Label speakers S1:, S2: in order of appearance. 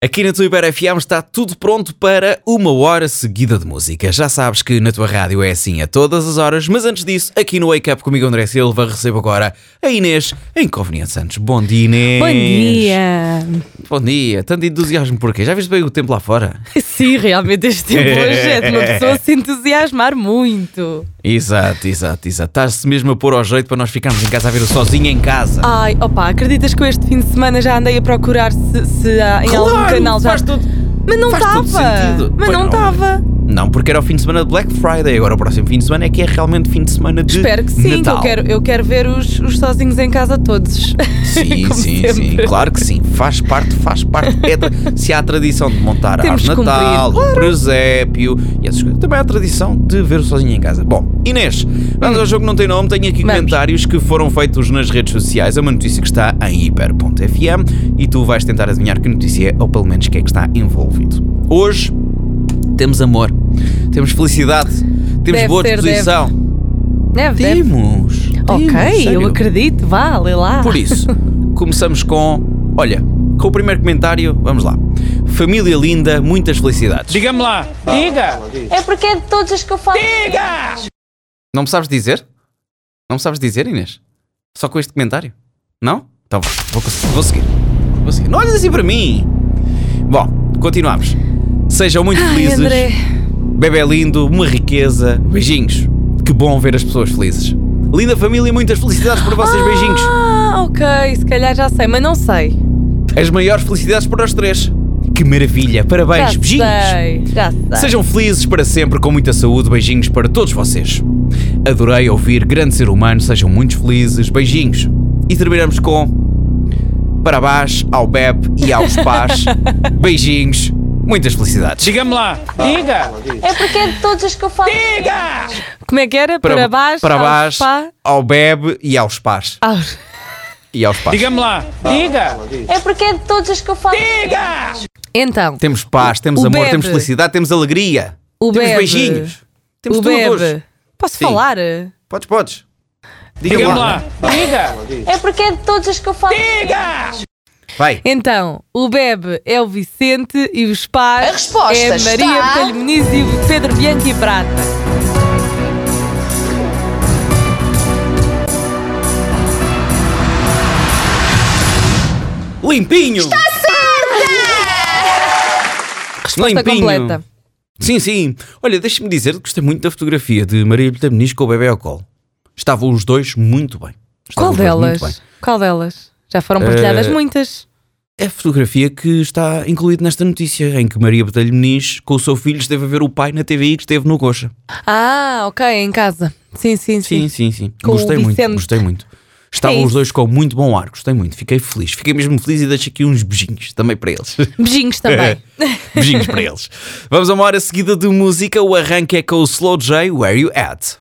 S1: Aqui na tua Iber FM está tudo pronto para uma hora seguida de música. Já sabes que na tua rádio é assim a todas as horas, mas antes disso, aqui no Wake Up comigo André Silva, recebo agora a Inês em Conveniente Santos. Bom dia, Inês.
S2: Bom dia!
S1: Bom dia. Tanto entusiasmo porquê? Já viste bem o tempo lá fora?
S2: Sim, realmente este tempo hoje é de uma pessoa se entusiasmar muito.
S1: Exato, exato, exato. Estás-se mesmo a pôr ao jeito para nós ficarmos em casa a ver o sozinho em casa.
S2: Ai, opa, acreditas que eu este fim de semana já andei a procurar se, se há em algum
S1: Claro,
S2: canal já.
S1: faz todo-
S2: Mas não
S1: faz todo
S2: estava!
S1: sentido.
S2: Mas
S1: Pois
S2: não
S1: não.
S2: estava!
S1: Não, porque era o fim de semana de Black Friday. Agora o próximo fim de semana é que é realmente fim de semana de
S2: Espero que sim, que
S1: Natal.
S2: eu quero, eu quero ver os, os sozinhos em casa todos.
S1: Sim,
S2: Como
S1: sim, sim,
S2: sempre.
S1: claro que sim. Faz parte, faz parte. É tra- se há a tradição de montar a
S2: Temos
S1: árvore de
S2: que
S1: Natal,
S2: cumprir,
S1: o presépio e essas coisas. Também há a tradição de ver sozinho em casa. Bom, Inês, vamos ao jogo que não tem nome. Tenho aqui
S2: Hum. Vamos.
S1: comentários que foram feitos nas redes sociais. É uma notícia que está em hiper.fm e tu vais tentar adivinhar que notícia é ou pelo menos o que é que está envolvido. Hoje temos amor, temos felicidade, temos
S2: Deve
S1: boa
S2: ser, deve.
S1: disposição.
S2: Deve, É, deve.
S1: Temos. temos,
S2: Ok, eu
S1: sério.
S2: acredito, vá, lê lá.
S1: Por isso, começamos com. Olha, com o primeiro comentário, vamos lá. Família linda, muitas felicidades.
S3: Diga-me lá. Diga.
S4: É porque é de todas as que eu falo.
S3: Diga.
S1: Não me sabes dizer? Não me sabes dizer, Inês? Só com este comentário? Não? Então vá, vou, cons- vou seguir. Vou seguir. Não olhes assim para mim! Bom, continuamos. Sejam muito
S2: Ai,
S1: felizes.
S2: André.
S1: Bebé lindo, uma riqueza. Beijinhos. Que bom ver as pessoas felizes. Linda família, muitas felicidades para vocês. Beijinhos.
S2: Ah, ok, se calhar já sei, mas não sei.
S1: As maiores felicidades para os três. Que maravilha. Parabéns.
S2: já
S1: Beijinhos.
S2: sei, já sei.
S1: Sejam felizes para sempre, com muita saúde. Beijinhos para todos vocês. Adorei ouvir grande ser humano. Sejam muito felizes. Beijinhos. E terminamos com. Parabéns ao Beb e aos pais. Beijinhos. Muitas felicidades.
S3: Diga-me lá. Diga.
S4: É porque é de todas as que eu falo.
S3: Diga.
S2: Como é que era? Para, baixo,
S1: para
S2: ao
S1: baixo,
S2: spa,
S1: ao Beb e aos pais.
S2: aos-
S1: E aos pais.
S3: Diga-me lá. Diga.
S4: É porque é de todas as que eu falo.
S3: Diga.
S2: Então,
S1: Temos paz, temos
S2: O
S1: amor,
S2: Beb.
S1: temos felicidade, temos alegria.
S2: O
S1: temos
S2: Beb.
S1: beijinhos. Temos
S2: o
S1: tudo
S2: Bebe.
S1: hoje.
S2: Posso
S1: Sim.
S2: falar?
S1: Podes, podes. Diga-me
S3: Diga-me
S1: lá.
S3: lá. Diga.
S4: É porque é de todas as que eu falo.
S3: Diga.
S1: Vai.
S2: Então, o Bebe é o Vicente e os pais.
S5: A resposta
S2: é a Maria
S5: está-
S2: Botelho Muniz e o Pedro Bianchi Prata.
S1: Limpinho! Está certa!
S2: Resposta completa.
S1: Sim, sim. Olha, deixa-me dizer que gostei muito da fotografia de Maria Bilhete Muniz com o bebê ao colo. Estavam os dois muito bem. Estavam
S2: Qual
S1: os dois muito
S2: delas?
S1: bem.
S2: Qual delas? Já foram partilhadas
S1: Eh,
S2: muitas.
S1: É a fotografia que está incluída nesta notícia, em que Maria Botelho Muniz, com o seu filho, esteve a ver o pai na TVI que esteve no Coxa.
S2: Ah, ok, em casa. Sim, sim,
S1: Sim,
S2: sim.
S1: sim, sim.
S2: Com o
S1: gostei muito,
S2: Vicente.
S1: gostei muito. Estavam
S2: É
S1: os
S2: isso.
S1: dois com muito bom ar, gostei muito. Fiquei feliz. Fiquei mesmo feliz e deixo aqui uns beijinhos também para eles.
S2: Beijinhos também.
S1: Beijinhos para eles. Vamos a uma hora seguida de música. O arranque é com o Slow J, Where You At?